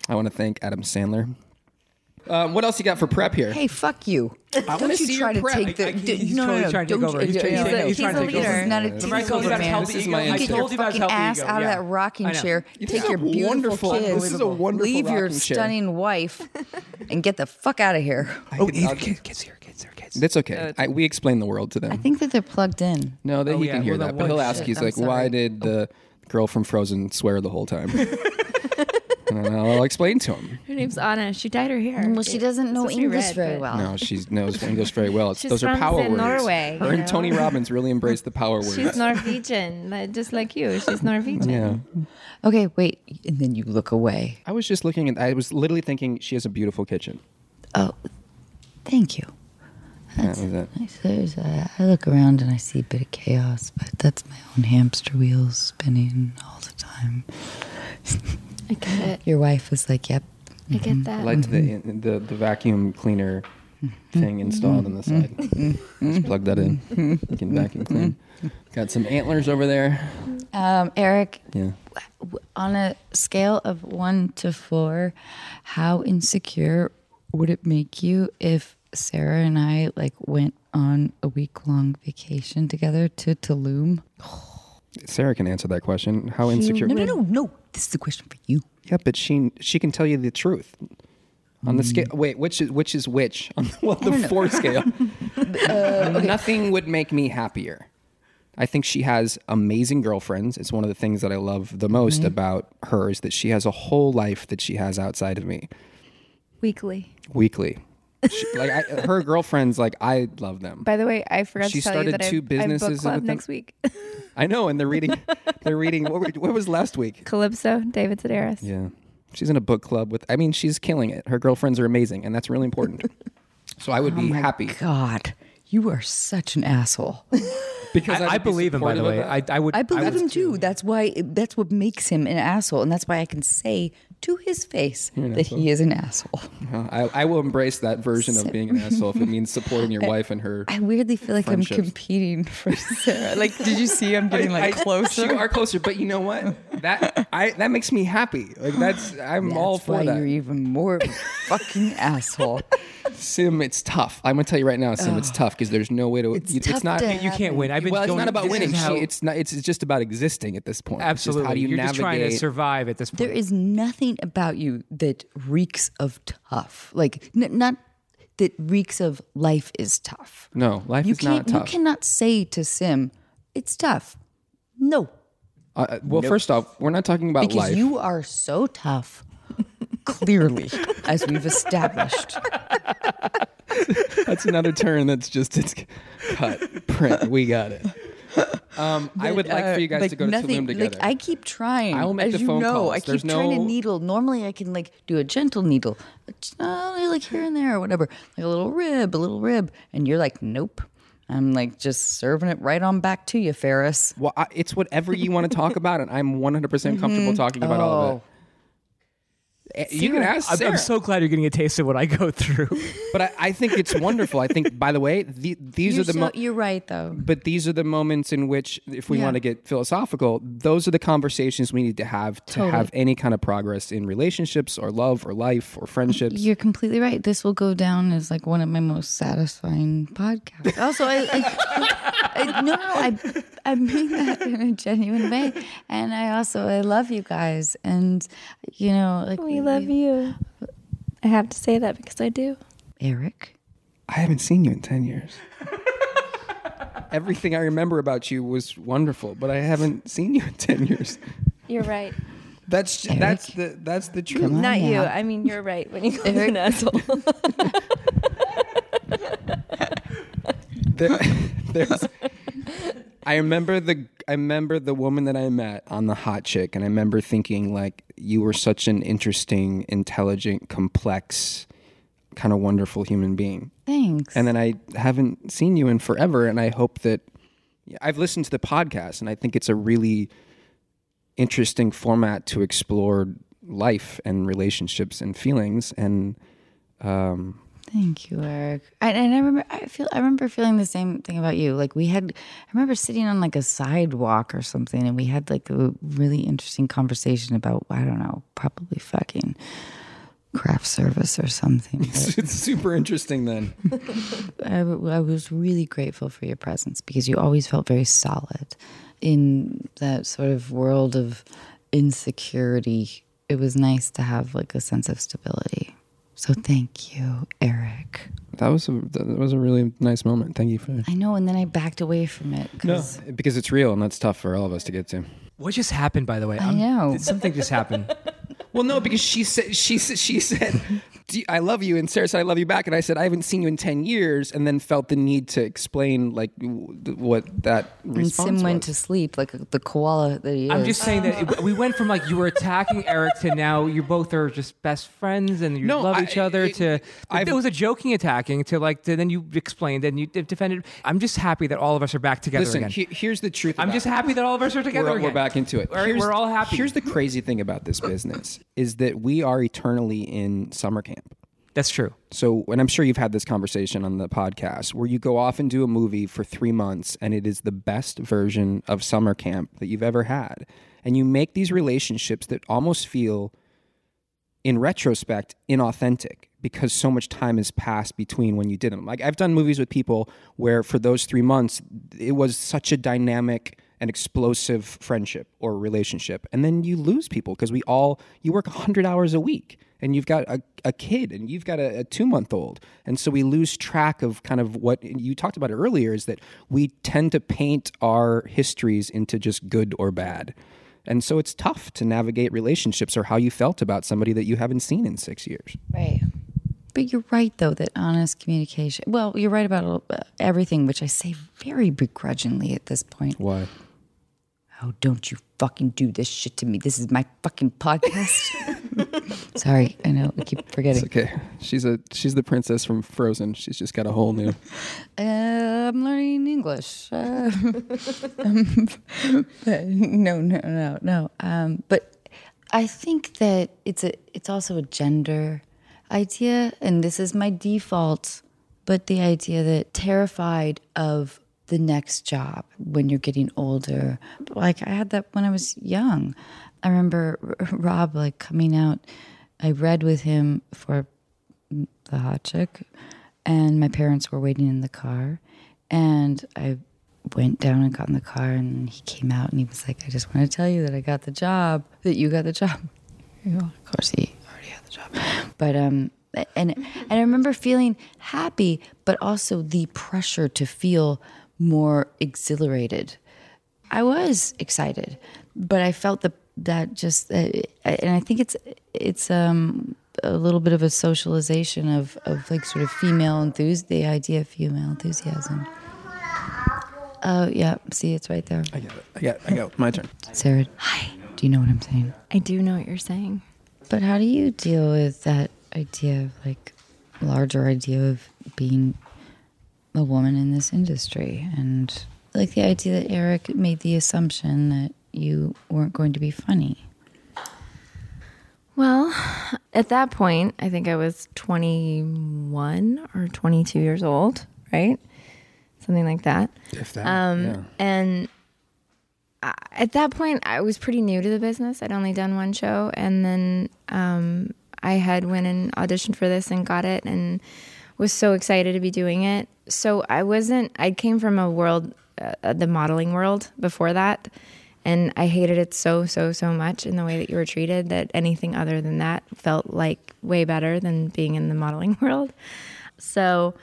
I want to thank Adam Sandler. Um, what else you got for prep here?
hey, fuck you! I
wanna see
try
your
to
prep.
take the.
I- I-
d-
he's
no, no,
totally
no,
trying to
don't
take
you- uh,
over. He's
yeah,
trying to
yeah,
take
yeah.
over. He's trying to
He's a
take over. Remember
leader.
This is not a team
I told you
over,
about
man.
healthy
This is
ego?
my
I
Get
answer.
your
told you about
fucking
healthy
ass
ego.
out of
Yeah.
that rocking
I know.
chair.
You
Take
have
your
a
beautiful
wonderful-
kids.
this is a wonderful
Leave your
rocking chair.
stunning wife and get the fuck out of here.
Oh, either kids, kids here, kids there, kids.
That's okay. I, we explain the world to them.
I think that they're plugged in.
no, that
Oh,
he
yeah,
can hear
well,
that,
that
but he'll
one-
ask. He's
I'm
like, "Why
sorry.
did the girl from Frozen swear the whole time?" and I'll explain to him.
Her name's Anna. She dyed her hair.
Well, she doesn't know
That's what we
English
read,
very
but-
well.
No, she knows English very well. It's,
She's
those are
from
power words.
Norway,
Her
you
and
know?
Tony Robbins really embrace the power words.
She's Norwegian, like- just like you. She's Norwegian.
yeah.
Okay, wait. And then you look away.
I was just looking at. I was literally thinking she has a beautiful kitchen.
Oh, thank you.
That was it.
I, there's a, I look around and I see a bit of chaos, but that's my own hamster wheels spinning all the time.
I get it.
Your wife was like, "Yep,
I get that.
I liked the, the the vacuum cleaner thing installed on the side. Just plug that in. You can vacuum clean. Got some antlers over there.
um, Eric."
Yeah.
w- On a scale of one to four, how insecure would it make you if Sarah and I like went on a week long vacation together to Tulum?
Sarah can answer that question. How insecure?
No, no, no, no. This is a question for you.
Yeah, but she she can tell you the truth. On the scale, wait, which is which is which on the, well, the four scale? Nothing would make me happier. I think she has amazing girlfriends. It's one of the things that I love the most about her is that she has a whole life that she has outside of me.
Weekly.
Weekly, she, like I, her girlfriends, like I love them.
By the way, I forgot
She
to tell you
started
that
two
I, I book
businesses
club
with them.
next week.
I know, and they're reading. They're reading. What, were- what was last week?
Calypso, David Sedaris.
Yeah. She's in a book club with I mean, she's killing it. Her girlfriends are amazing, and that's really important. So I would be happy
Oh God, you are such an asshole.
because
I,
would
I
be
believe him, by the
supportive
way.
of
I,
that.
I would.
I believe
would
him too. That's why. That's what makes him an asshole, and that's why I can say to his face that he is an asshole.
Uh, I, I will embrace that version of being an asshole if it means supporting your wife and her.
I weirdly feel like I'm
Friendships.
competing for Sarah. Like, did you see? I'm getting like
I-
closer.
You are closer, but you know what? That I that makes me happy. Like that's I'm
That's
all for
why
that.
you're even more of a fucking asshole.
Sim, it's tough. I'm gonna tell you right now, Sim, it's tough because there's no way to. It's,
tough
not.
to-
You can't win. I've been
well, it's
going,
not about
this is
winning.
how-
She- it's not. It's just about existing at this point. It's just
absolutely.
how do you
You're
navigate?
just trying to survive at this point.
There is nothing about you that reeks of tough. Like, n- not that reeks of life is tough.
no, life
You
is not
can't. You
tough.
cannot say to Sim, "It's tough." No,
Uh, well, first off, we're not talking about
because
life.
you are so tough. Clearly, as we've established,
That's another turn that's just it's cut print. We got it. Um, I would like for you guys
uh, like
to go
nothing.
to Tulum together.
Like I keep trying.
I will make
as
the
you
phone
know,
calls.
I keep
There's
trying
no-
to needle. Normally, I can like do a gentle needle, It's only, like here and there or whatever, like a little rib, a little rib, and you're like, nope. I'm like just serving it right on back to you, Ferris.
well, I, it's whatever you want to talk about, and I'm 100 percent comfortable talking about all
Oh,
of it. Eh, You can ask
I'm,
Sarah,
I'm so glad you're getting a taste of what I go through.
but I, I think it's wonderful. I think, by the way, the, these
You're,
are the
so,
mo-
you're right though.
but these are the moments in which, if we
Yeah.
want to get philosophical, those are the conversations we need to have to have any kind of progress in relationships or love or life or friendships.
You're completely right. This will go down as like one of my most satisfying podcasts. Also, I, I, I no, no, I, I mean that in a genuine way, and I also I love you guys, and you know, like
We love you. I have to say that because I do.
Eric.
I haven't seen you in 10 years. Everything I remember about you was wonderful, but I haven't seen you in 10 years.
You're right.
That's that's the that's the truth.
on.
Not you.
now.
I mean, you're right when you call me an asshole.
There- there's- I remember the I remember the woman that I met on the hot chick and I remember thinking like you were such an interesting, intelligent, complex, kind of wonderful human being.
Thanks.
and then I haven't seen you in forever. And I hope that I've listened to the podcast, and I think it's a really interesting format to explore life and relationships and feelings. And um,
Thank you, Eric. I, and I remember, I feel, I remember feeling the same thing about you. Like we had, I remember sitting on like a sidewalk or something, and we had like a really interesting conversation about I don't know, probably fucking craft service or something. But
it's super interesting. Then
I, I was really grateful for your presence because you always felt very solid in that sort of world of insecurity. It was nice to have like a sense of stability. So thank you, Eric.
that was a, that was a really nice moment. Thank you for
I know, and then I backed away from it. 'cause-
because it's real and that's tough for all of us to get to.
what just happened, by the way?
I know.
Something just happened.
Well, no, because she said she said- she said, Do you- "I love you," and Sarah said, "I love you back," and I said, "I haven't seen you in ten years," and then felt the need to explain like w- th- what that
And
response
Sim went
was.
to sleep like the koala that he
I'm
is.
just saying that it- we went from like you were attacking Eric to now you both are just best friends and you
No,
love
I-
each other.
it-
to
I've-
it was a joking attacking to like to, then you explained and you d- defended. I'm just happy that all of us are back together
Listen,
again.
he- here's the truth.
I'm
about
just
it.
happy that all of us are together
We're,
again.
we're back into it.
All right,
Here's-
we're all happy.
Here's the crazy thing about this business is that we are eternally in summer camp.
That's true.
So, and I'm sure you've had this conversation on the podcast where you go off and do a movie for three months and it is the best version of summer camp that you've ever had. And you make these relationships that almost feel, in retrospect, inauthentic because so much time has passed between when you did them. Like, I've done movies with people where for those three months, it was such a dynamic and explosive friendship or relationship. And then you lose people because we all, you work 100 hours a week and you've got a, a kid and you've got a, a two month old. And so we lose track of kind of what you talked about it earlier is that we tend to paint our histories into just good or bad. And so it's tough to navigate relationships or how you felt about somebody that you haven't seen in six years.
Right. But you're right, though, that honest communication. Well, you're right about uh, everything, which I say very begrudgingly at this point.
Why?
Oh, don't you fucking do this shit to me. This is my fucking podcast. Sorry, I know, I keep forgetting.
Okay, she's a she's the princess from Frozen. She's just got a whole new.
Uh, I'm learning English. Uh, but no, no, no, no. Um, but I think that it's a it's also a gender idea, and this is my default. But the idea that terrified of the next job when you're getting older, like I had that when I was young. I remember Rob like coming out. I read with him for the hot chick and my parents were waiting in the car and i went down and got in the car and he came out and he was like i just want to tell you that i got the job that you got the job You know, of course he already had the job but um and and i remember feeling happy but also the pressure to feel more exhilarated I was excited, but I felt the that just uh, and I think it's it's um a little bit of a socialization of of like sort of female enthusiasm, the idea of female enthusiasm. Oh yeah, see it's right there,
I got it. I got. I got my turn.
Sarah. Hi. Do you know what I'm saying?
I do know what you're saying.
But how do you deal with that idea of like larger idea of being a woman in this industry and like the idea that Eric made the assumption that you weren't going to be funny?
Well, at that point, I think I was 21 or 22 years old, right? Something like that.
If that.
Um, And I, at that point, I was pretty new to the business. I'd only done one show, and then um, I had went and auditioned for this and got it, and was so excited to be doing it. So I wasn't. I came from a world, uh, the modeling world before that, and I hated it so so so much in the way that you were treated. That anything other than that felt like way better than being in the modeling world. So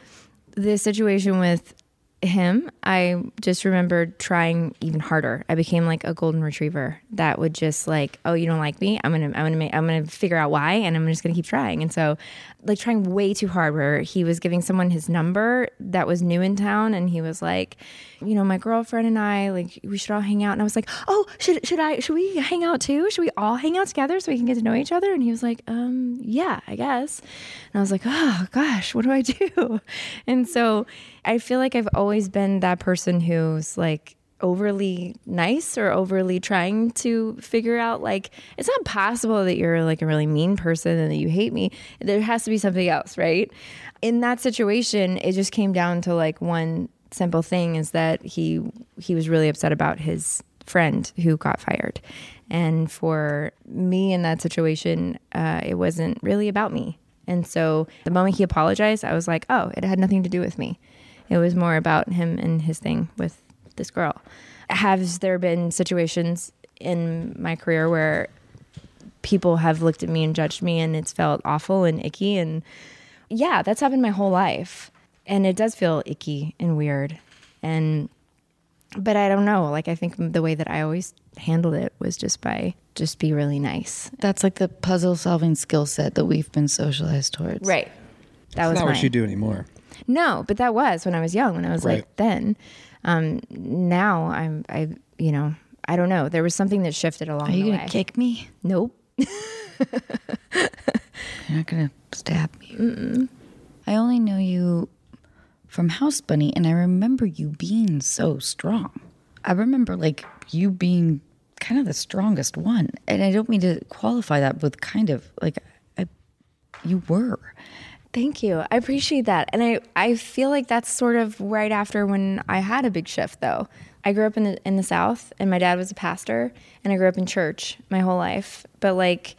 the situation with him, I just remembered trying even harder. I became like a golden retriever that would just like, oh, you don't like me? I'm gonna, I'm gonna, make, I'm gonna figure out why, and I'm just gonna keep trying. And so, like trying way too hard. Where he was giving someone his number that was new in town, and he was like, you know, my girlfriend and I, like, we should all hang out. And I was like, oh, should should I? Should we hang out too? Should we all hang out together so we can get to know each other? And he was like, um, yeah, I guess. And I was like, oh gosh, what do I do? And so I feel like I've always been that person who's like overly nice or overly trying to figure out like it's not possible that you're like a really mean person and that you hate me. There has to be something else, right? In that situation, it just came down to like one simple thing is that he he was really upset about his friend who got fired. And for me in that situation, uh, it wasn't really about me. And so the moment he apologized, I was like, oh, it had nothing to do with me. It was more about him and his thing with this girl. Has there been situations in my career where people have looked at me and judged me and it's felt awful and icky and yeah that's happened my whole life and it does feel icky and weird and but I don't know. Like I think the way that I always handled it was just by just be really nice.
That's like the puzzle solving skill set that we've been socialized towards.
Right. That was
Not
mine.
what you do anymore.
No, but that was when I was young. When I was
Right.
like then. Um, now I'm I you know I don't know. There was something that shifted along
Are you
the
going
way.
to kick me?
nope.
You're not going to stab me. I only know you from House Bunny, and I remember you being so strong. I remember, like, you being kind of the strongest one. And I don't mean to qualify that with kind of, like, I, you were.
Thank you. I appreciate that. And I, I feel like that's sort of right after when I had a big shift though. I grew up in the in the South and my dad was a pastor and I grew up in church my whole life. But like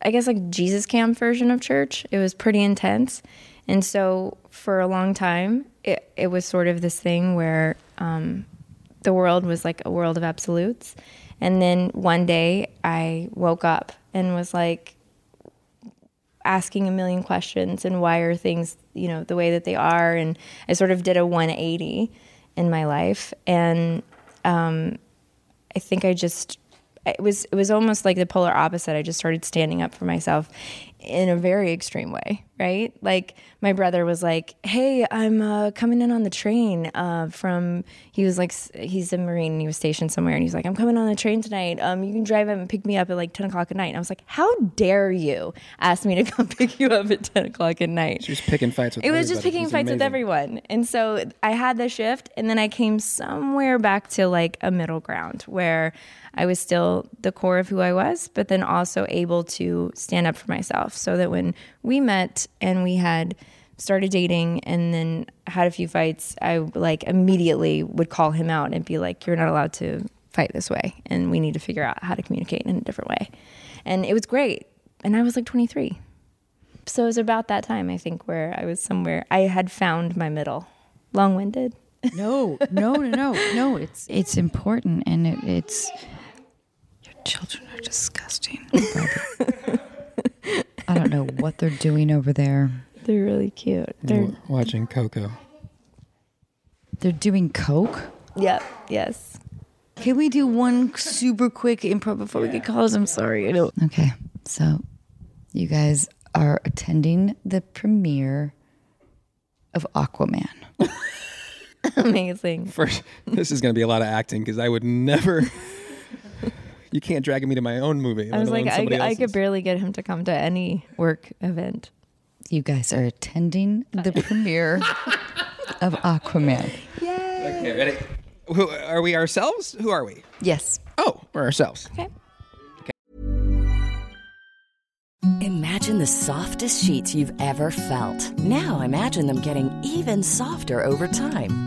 I guess like Jesus camp version of church. It was pretty intense. And so for a long time it, it was sort of this thing where um, the world was like a world of absolutes. And then one day I woke up and was like, asking a million questions and why are things you know the way that they are and i sort of did a 180 in my life and um, i think i just it was it was almost like the polar opposite i just started standing up for myself in a very extreme way right like my brother was like hey i'm uh, coming in on the train uh, from he was like s- he's a marine and he was stationed somewhere and he's like i'm coming on the train tonight um, you can drive up and pick me up at like 10 o'clock at night and i was like how dare you ask me to come pick you up at 10 o'clock at night
She was picking fights with.
it was just
everybody.
picking
She's
fights with
amazing.
everyone. And so I had the shift and then I came somewhere back to like a middle ground where I was still the core of who I was, but then also able to stand up for myself so that when we met and we had started dating and then had a few fights, I like immediately would call him out and be like, You're not allowed to fight this way and we need to figure out how to communicate in a different way. And it was great. And I was like 23 so it was about that time i think where i was somewhere i had found my middle long-winded
No, no, no, no, no. It's it's important, and it, it's your children are disgusting. Barbara. I don't know what they're doing over there.
they're really cute
Mm.
they're
We're Watching Coco.
They're doing coke.
yep yes
Can we do one super quick improv before we get calls? I'm sorry. I don't. Okay, so you guys are attending the premiere of Aquaman.
amazing
First, this is going to be a lot of acting because I would never. you can't drag me to my own movie.
i was like I, I could barely get him to come to any work event
You guys are attending the premiere of Aquaman.
Okay, ready? Who are we? Ourselves? Who are we?
Yes.
Oh, we're ourselves.
Imagine the softest sheets you've ever felt. Now imagine them getting even softer over time.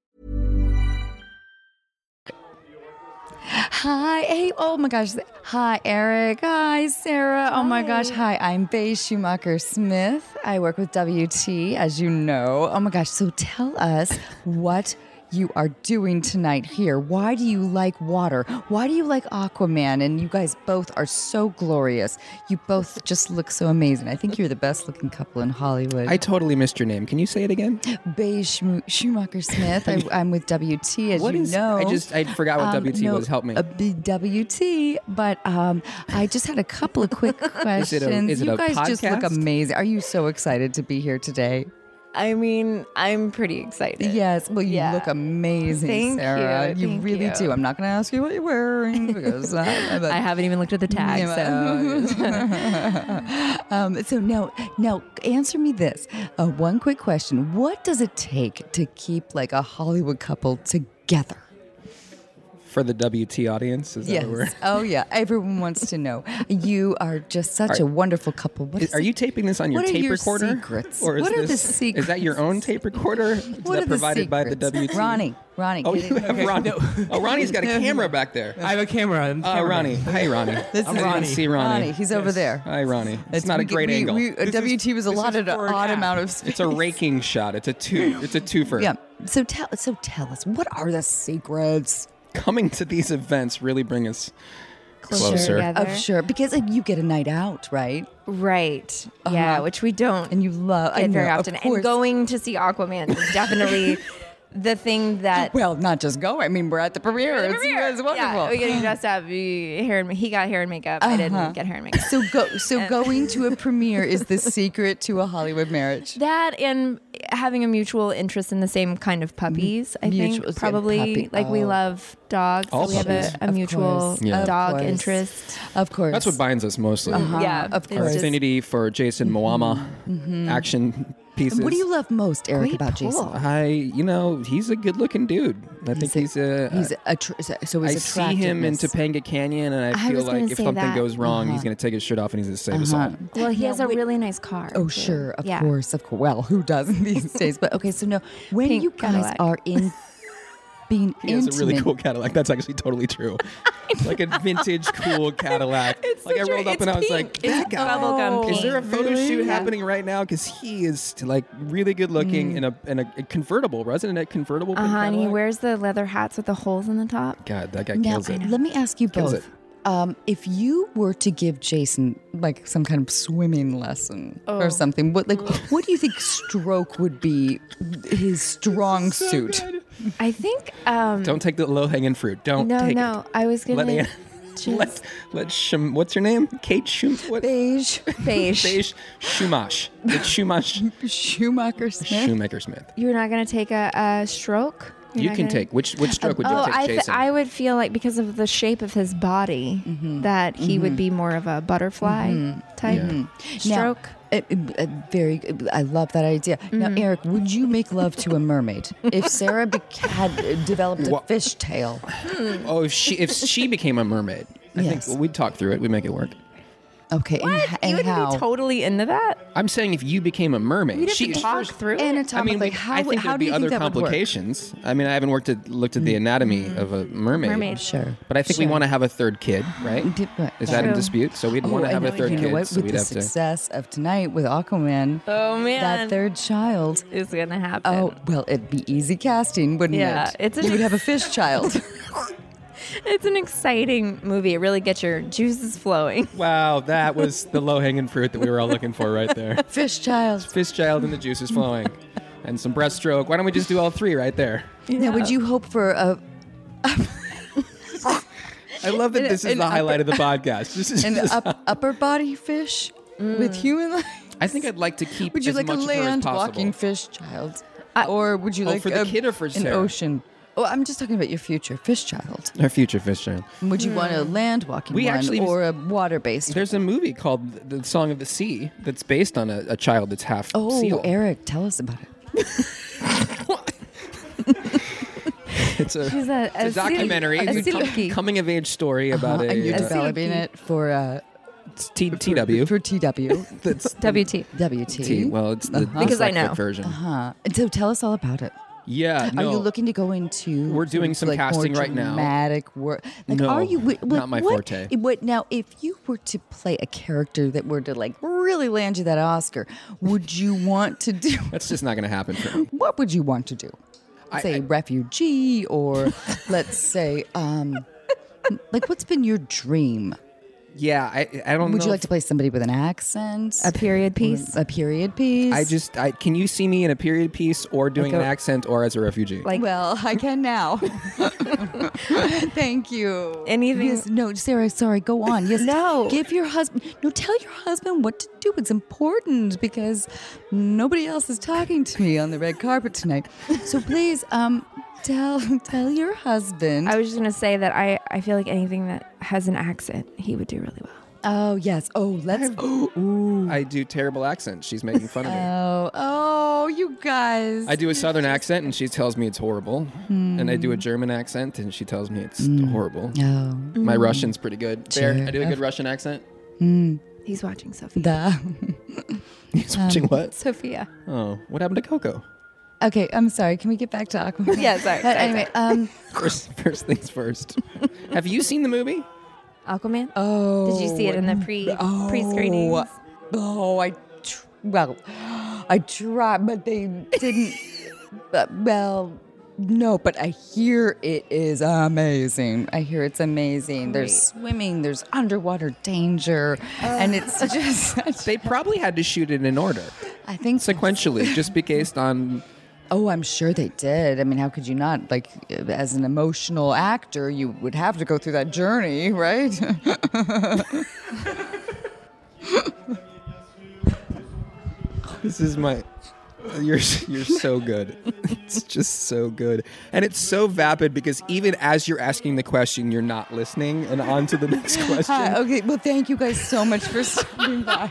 Hi, hey, oh my gosh. Hi, Eric. Hi, Sarah. Oh my gosh. Hi, I'm Bay Schumacher Smith. I work with WT, as you know. Oh my gosh. So tell us what you are doing tonight here. Why do you like water? Why do you like Aquaman? And you guys both are so glorious. You both just look so amazing. I think you're the best looking couple in Hollywood.
I totally missed your name. Can you say it again?
Bay Schm- Schumacher Smith. I, I'm with WT, as
What
you
is-
know. Um,
I just- I forgot what WT was. Help me.
A BWT, but um, I just had a couple of quick questions.
it a- is it
you
a
guys just look
podcast?
amazing. Are you so excited to be here today?
I mean, I'm pretty excited.
Yes. Well, you
Yeah.
look amazing,
Thank
Sarah.
you,
You
thank
really
you.
do. I'm not going to ask you what you're wearing because uh, I,
I haven't even looked at the tag,
um, so now, now answer me this. Uh, one quick question: What does it take to keep like a Hollywood couple together?
For the WT audience, is that what we're?
Oh yeah. Everyone wants to know. You are just such
Are-
a wonderful couple. What is
Are
it-
you taping this on your
what are
tape
your
recorder?
secrets?
Or is
What are the
this- Is that your own tape recorder? Is
What
that
are the
provided by the
secrets?
WT?
Ronnie, Ronnie.
Oh,
get
you
it-
have Ronnie. Oh, Ronnie's got a camera back there.
I have a camera. I'm the
Uh,
cameraman.
Ronnie. Hey, Ronnie.
This
I'm
is
gonna
Ronnie.
See Ronnie.
Ronnie, he's over there.
Hi, Ronnie. It's,
That's-
not a
we-
great
we-
angle.
we- a WT was
this is
allotted an
for an
odd
app.
amount of space.
it's a raking shot. It's a two. It's a twofer.
Yeah. So tell so tell us what are the secrets
Coming to these events really bring us closer.
of sure because like, you get a night out right
Right. Yeah,
Uh-huh.
which we don't
and you love I
get
know,
very
of
often.
course.
And going to see Aquaman is definitely the thing that.
well not just go I mean we're at the premiere
We're
it's, it's wonderful
Yeah, we getting dressed up. we- hair and, ma- he got hair and makeup. I didn't get hair and makeup.
so go so going to a premiere is the secret to a Hollywood marriage
that and having a mutual interest in the same kind of puppies, I
Mutual-
think
and
probably
puppy-
like we
oh.
love dogs.
All
so we have
puppies.
a, a
Of
mutual
course, Yeah. of
dog
course.
interest. Um,
of course
That's what binds us mostly.
Yeah,
of
it's
Our
course
just-
affinity for Jason Moama action pieces.
Mm-hmm. what do you love most Eric
Great
about Jason
pull.
I, you know, he's a good-looking dude. I think he's a.
he's attr- so
I
his
see him in
attractiveness.
Topanga Canyon, and I
I
feel
was gonna
like if
say
something
that. Uh-huh.
goes wrong, he's going to take his shirt off and he's going to save us all.
Well, he has a really nice car.
Uh-huh. Oh,
too.
sure, of
Yeah.
course, of course. Well, who doesn't these days? But okay, so no, when
Pink
you guys
Cadillac.
are in being
He
intimate,
has a really cool Cadillac. That's actually totally true. like a vintage, cool Cadillac. like I
such a-
rolled up
it's
and I was
pink.
like,
It's
"That guy."
bubblegum
Is there a
pink.
photo
Really?
shoot
Yeah.
happening right now? Because he is like really good looking in a in a, a convertible, wasn't it? A convertible. pink
Mm. Uh-huh, and he
Cadillac?
wears the leather hats with the holes in the top.
God, that guy
Now,
kills it.
let me ask you
Kills
both. Um, if you were to give Jason like some kind of swimming lesson
Oh.
or something, what like what do you think stroke would be his strong suit?
I think. Um,
Don't take the low hanging fruit. Don't
no,
take
no.
it.
I was gonna
Let me.
just
Let let Shum, what's her name? Kate Shum. What?
Beige
beige.
Beige Shumash. It's Shumash.
Schumacher Smith.
Shoemaker Smith.
You're not gonna take a, a stroke. You're
You
not
can
gonna-
take which which stroke would you
Oh,
take,
I, th-
Jason?
I would feel like because of the shape of his body that he would be more of a butterfly type
Now,
stroke.
uh, uh, very. I love that idea. Now,
Mm-hmm.
Eric, would you make love to a mermaid if Sarah be- had uh, developed a
Wha-
fish tail?
Oh, if she if she became a mermaid, I
Yes.
think we'd talk through it. We'd make it work.
Okay, and h-
you
and,
would
how?
be totally into that.
I'm saying if you became a mermaid,
We'd have
she
to talk
first-
through it.
I
Anatomically,
mean, we-
how,
I think
how
there'd
do
be
you
other
think that would work?
complications. I mean, I haven't worked at looked at the anatomy of a mermaid,
Mermaid.
Sure. uh,
but I think we
Sure.
want to have a third kid, right?
Did- but-
Is that in
True.
dispute? So we'd
Oh,
want to
I
have a
know.
third
you know
kid.
What?
so
With
we'd
the
have to.
success of tonight with Aquaman,
Oh
that third child.
is gonna happen.
Oh well, it'd be easy casting, wouldn't
Yeah,
it?
it's an
you would have a fish child.
It's an exciting movie. It really gets your juices flowing.
Wow, that was the low hanging fruit that we were all looking for right there.
fish child.
Fist child and the juices flowing, and some breaststroke. Why don't we just do all three right there?
Now, would you hope for a
I love that this is
an
the highlight of the podcast. This is
an
just-
up, upper body fish with human legs?
I think I'd like to keep.
Would you
as
like a
much of her as
land
possible.
walking fish child, or would you
Oh,
like
for the
a-
kid or for
an
Sarah?
ocean? Oh, I'm just talking about your future fish child.
Our future fish child.
Would you want a land walking
We
one
actually-
or a water based?
There's a movie called The Song of the Sea that's based on a, a child that's half
Oh,
seal.
Eric, tell us about it.
It's a,
She's a-
it's
a sea-
documentary,
a
It's a
sea
com-
monkey.
coming of age story about
Uh-huh, and
a
you're
uh,
developing it for uh,
T- TW.
for TW.
That's
WT.
WT.
T. Well, it's
Uh-huh.
the
Because I
dyslexic
know.
version.
Huh. Uh-huh. So tell us all about it.
Yeah. No.
Are you looking to go into?
We're doing some
like, more
casting right now.
Dramatic work. Like,
No,
are you? What,
not my
what,
forte.
What now? If you were to play a character that were to like really land you that Oscar, would you want to do?
That's just not going to happen for me.
What would you want to do? Let's say refugee, or let's say, um, like, what's been your dream?
yeah, I I don't.
Would
know
you
if-
like to play somebody with an accent?
A period piece?
A period piece?
I just I can you see me in a period piece or doing
Like
an
a-
accent or as a refugee?
Like
Well, I can now. Thank you.
Anything-
Yes, no, Sarah. Sorry. Go on. Yes.
No.
Give your husband. No. Tell your husband what to do. It's important because nobody else is talking to me on the red carpet tonight. So please, um, tell tell your husband.
I was just gonna say that I, I feel like anything that has an accent, he would do really well.
oh yes. Oh, let's. Ooh.
I do terrible accents. She's making fun of me.
Oh, oh, you guys.
I do a southern accent and she tells me it's horrible. And I
Hmm.
do a German accent and she tells me it's horrible.
oh,
My Russian's pretty good. Bear,
Sure.
I do a good Russian accent.
He's watching Sophia.
the. Um,
He's watching what?
Sophia.
Oh, what happened to Coco?
Okay, I'm sorry. Can we get back to Aquaman?
Yeah, sorry,
But
sorry,
anyway, um,
First, first things first. Have you seen the movie?
Aquaman.
oh,
Did you see it in the pre
oh,
pre screenings?
Oh, I tr- well, I tried, but they didn't. but, well, no, but I hear it is amazing. I hear it's amazing. There's swimming. There's underwater danger, and it's just.
They probably had to shoot it in order
I think
sequentially, just be based on.
Oh, I'm sure they did. I mean, how could you not? Like, as an emotional actor, you would have to go through that journey, right?
This is my. You're you're so good. It's just so good, and it's so vapid because even as you're asking the question, you're not listening, and on to the next question.
Hi, okay. Well, thank you guys so much for stopping by.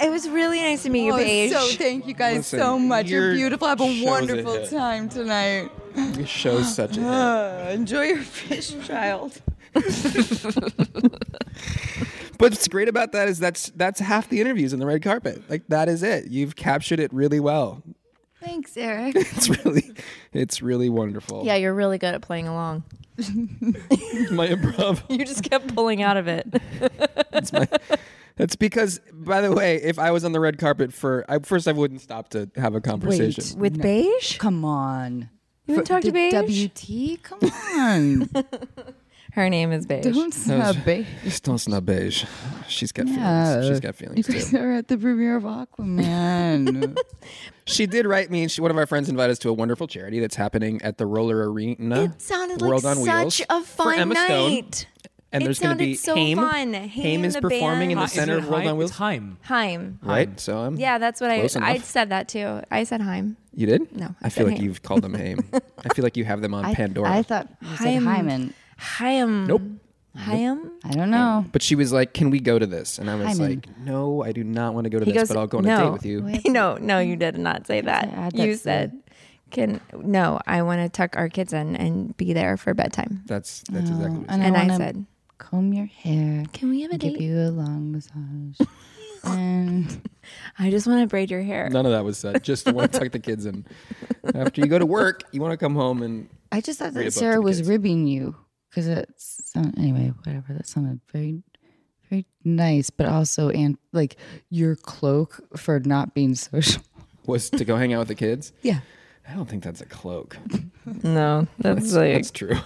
It was really nice to meet you,
Oh,
Paige.
so thank you guys
Listen,
so much. You're
your
beautiful. Have
show's
a
a
wonderful
hit.
time tonight.
This show's such a
Uh, enjoy your fish, child.
hit. But what's great about that is that's that's half the interviews in the red carpet. Like that is it. You've captured it really well.
Thanks, Eric.
It's really it's really wonderful.
yeah, you're really good at playing along.
my improv.
You just kept pulling out of it.
That's because, by the way, if I was on the red carpet for I, first, I wouldn't stop to have a conversation.
Wait.
With beige?
Come on.
You want to talk to
The
beige?
WT? Come on.
Her name is beige.
Don't snub Beige.
Just don't snub beige. She's got
Yeah.
uh,
feelings. She's got
You
feelings
guys
too.
are at the premiere of Aquaman.
She did write me, and she, one of our friends invited us to a wonderful charity that's happening at the Roller Arena.
It sounded
World
like
on
such
Wheels
a
for
fun
Emma Stone.
night.
And
It
there's going to
sounded
be
so
Haim.
fun. Haim,
is
the
performing in
band.
the
Hi, is
center of World on Wheels.
Time.
Heim.
Right, so I'm
Yeah, that's what I
Close enough.
I said that too. I said Heim.
You did?
No, I
I feel
said
like
Haim.
you've called them Haim. I feel like you have them on Pandora.
I thought you
Hyman.
said Hyman.
Heim.
Nope.
Heim.
I don't know.
but she was like, "Can we go to this?" And I was
Hyman.
like, "No, I do not want to go to
He
this,
goes,
but I'll go on a
"No."
date with you."
no, no, you did not say that.
add that
You
to
said, "Can no? I want to tuck our kids in and be there for bedtime."
That's that's exactly what it
And
Oh, And I
wanna-
said,
Comb your hair.
"Can we have a
Give
date?
you a long massage. and
I just want to braid your hair."
None of that was said. Just the one tuck the kids in. After you go to work, you want to come home and
I just thought
Read a
that
book to
Sarah
the
was
kids.
ribbing you because it's sound, anyway, whatever. That sounded very, very nice, but also and like your cloak for not being social.
was to go hang out with the kids.
Yeah.
I don't think that's a cloak.
No, that's like
That's true.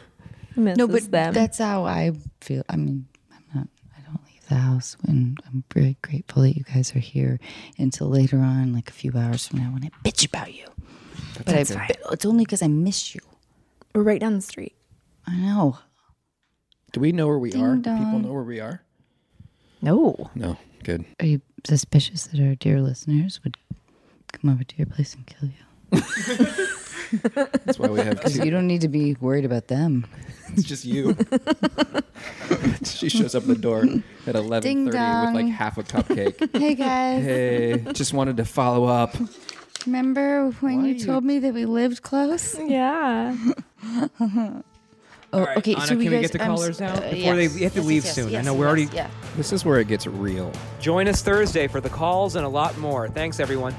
misses
No, but
them.
that's how I feel. I mean, I'm not. I don't leave the house, and I'm very grateful that you guys are here until later on, like a few hours from now, when I bitch about you. but I, it's only because I miss you.
We're right down the street.
I know.
Do we know where we are?
Ding
Do people
dong.
know where we are?
No,
No. Good.
Are you suspicious that our dear listeners would come over to your place and kill you?
That's why we have
Because
two.
you don't need to be worried about them.
It's just you. she shows up at the door at eleven thirty with like
dong.
half a cupcake.
Hey guys,
hey, just wanted to follow up.
remember when you, told me that we lived close?
yeah,
Oh,
All right, Anna, can we get the callers out before they we have to leave soon? I know we're already.
This is where it gets real.
Join us Thursday for the calls and a lot more. Thanks, everyone.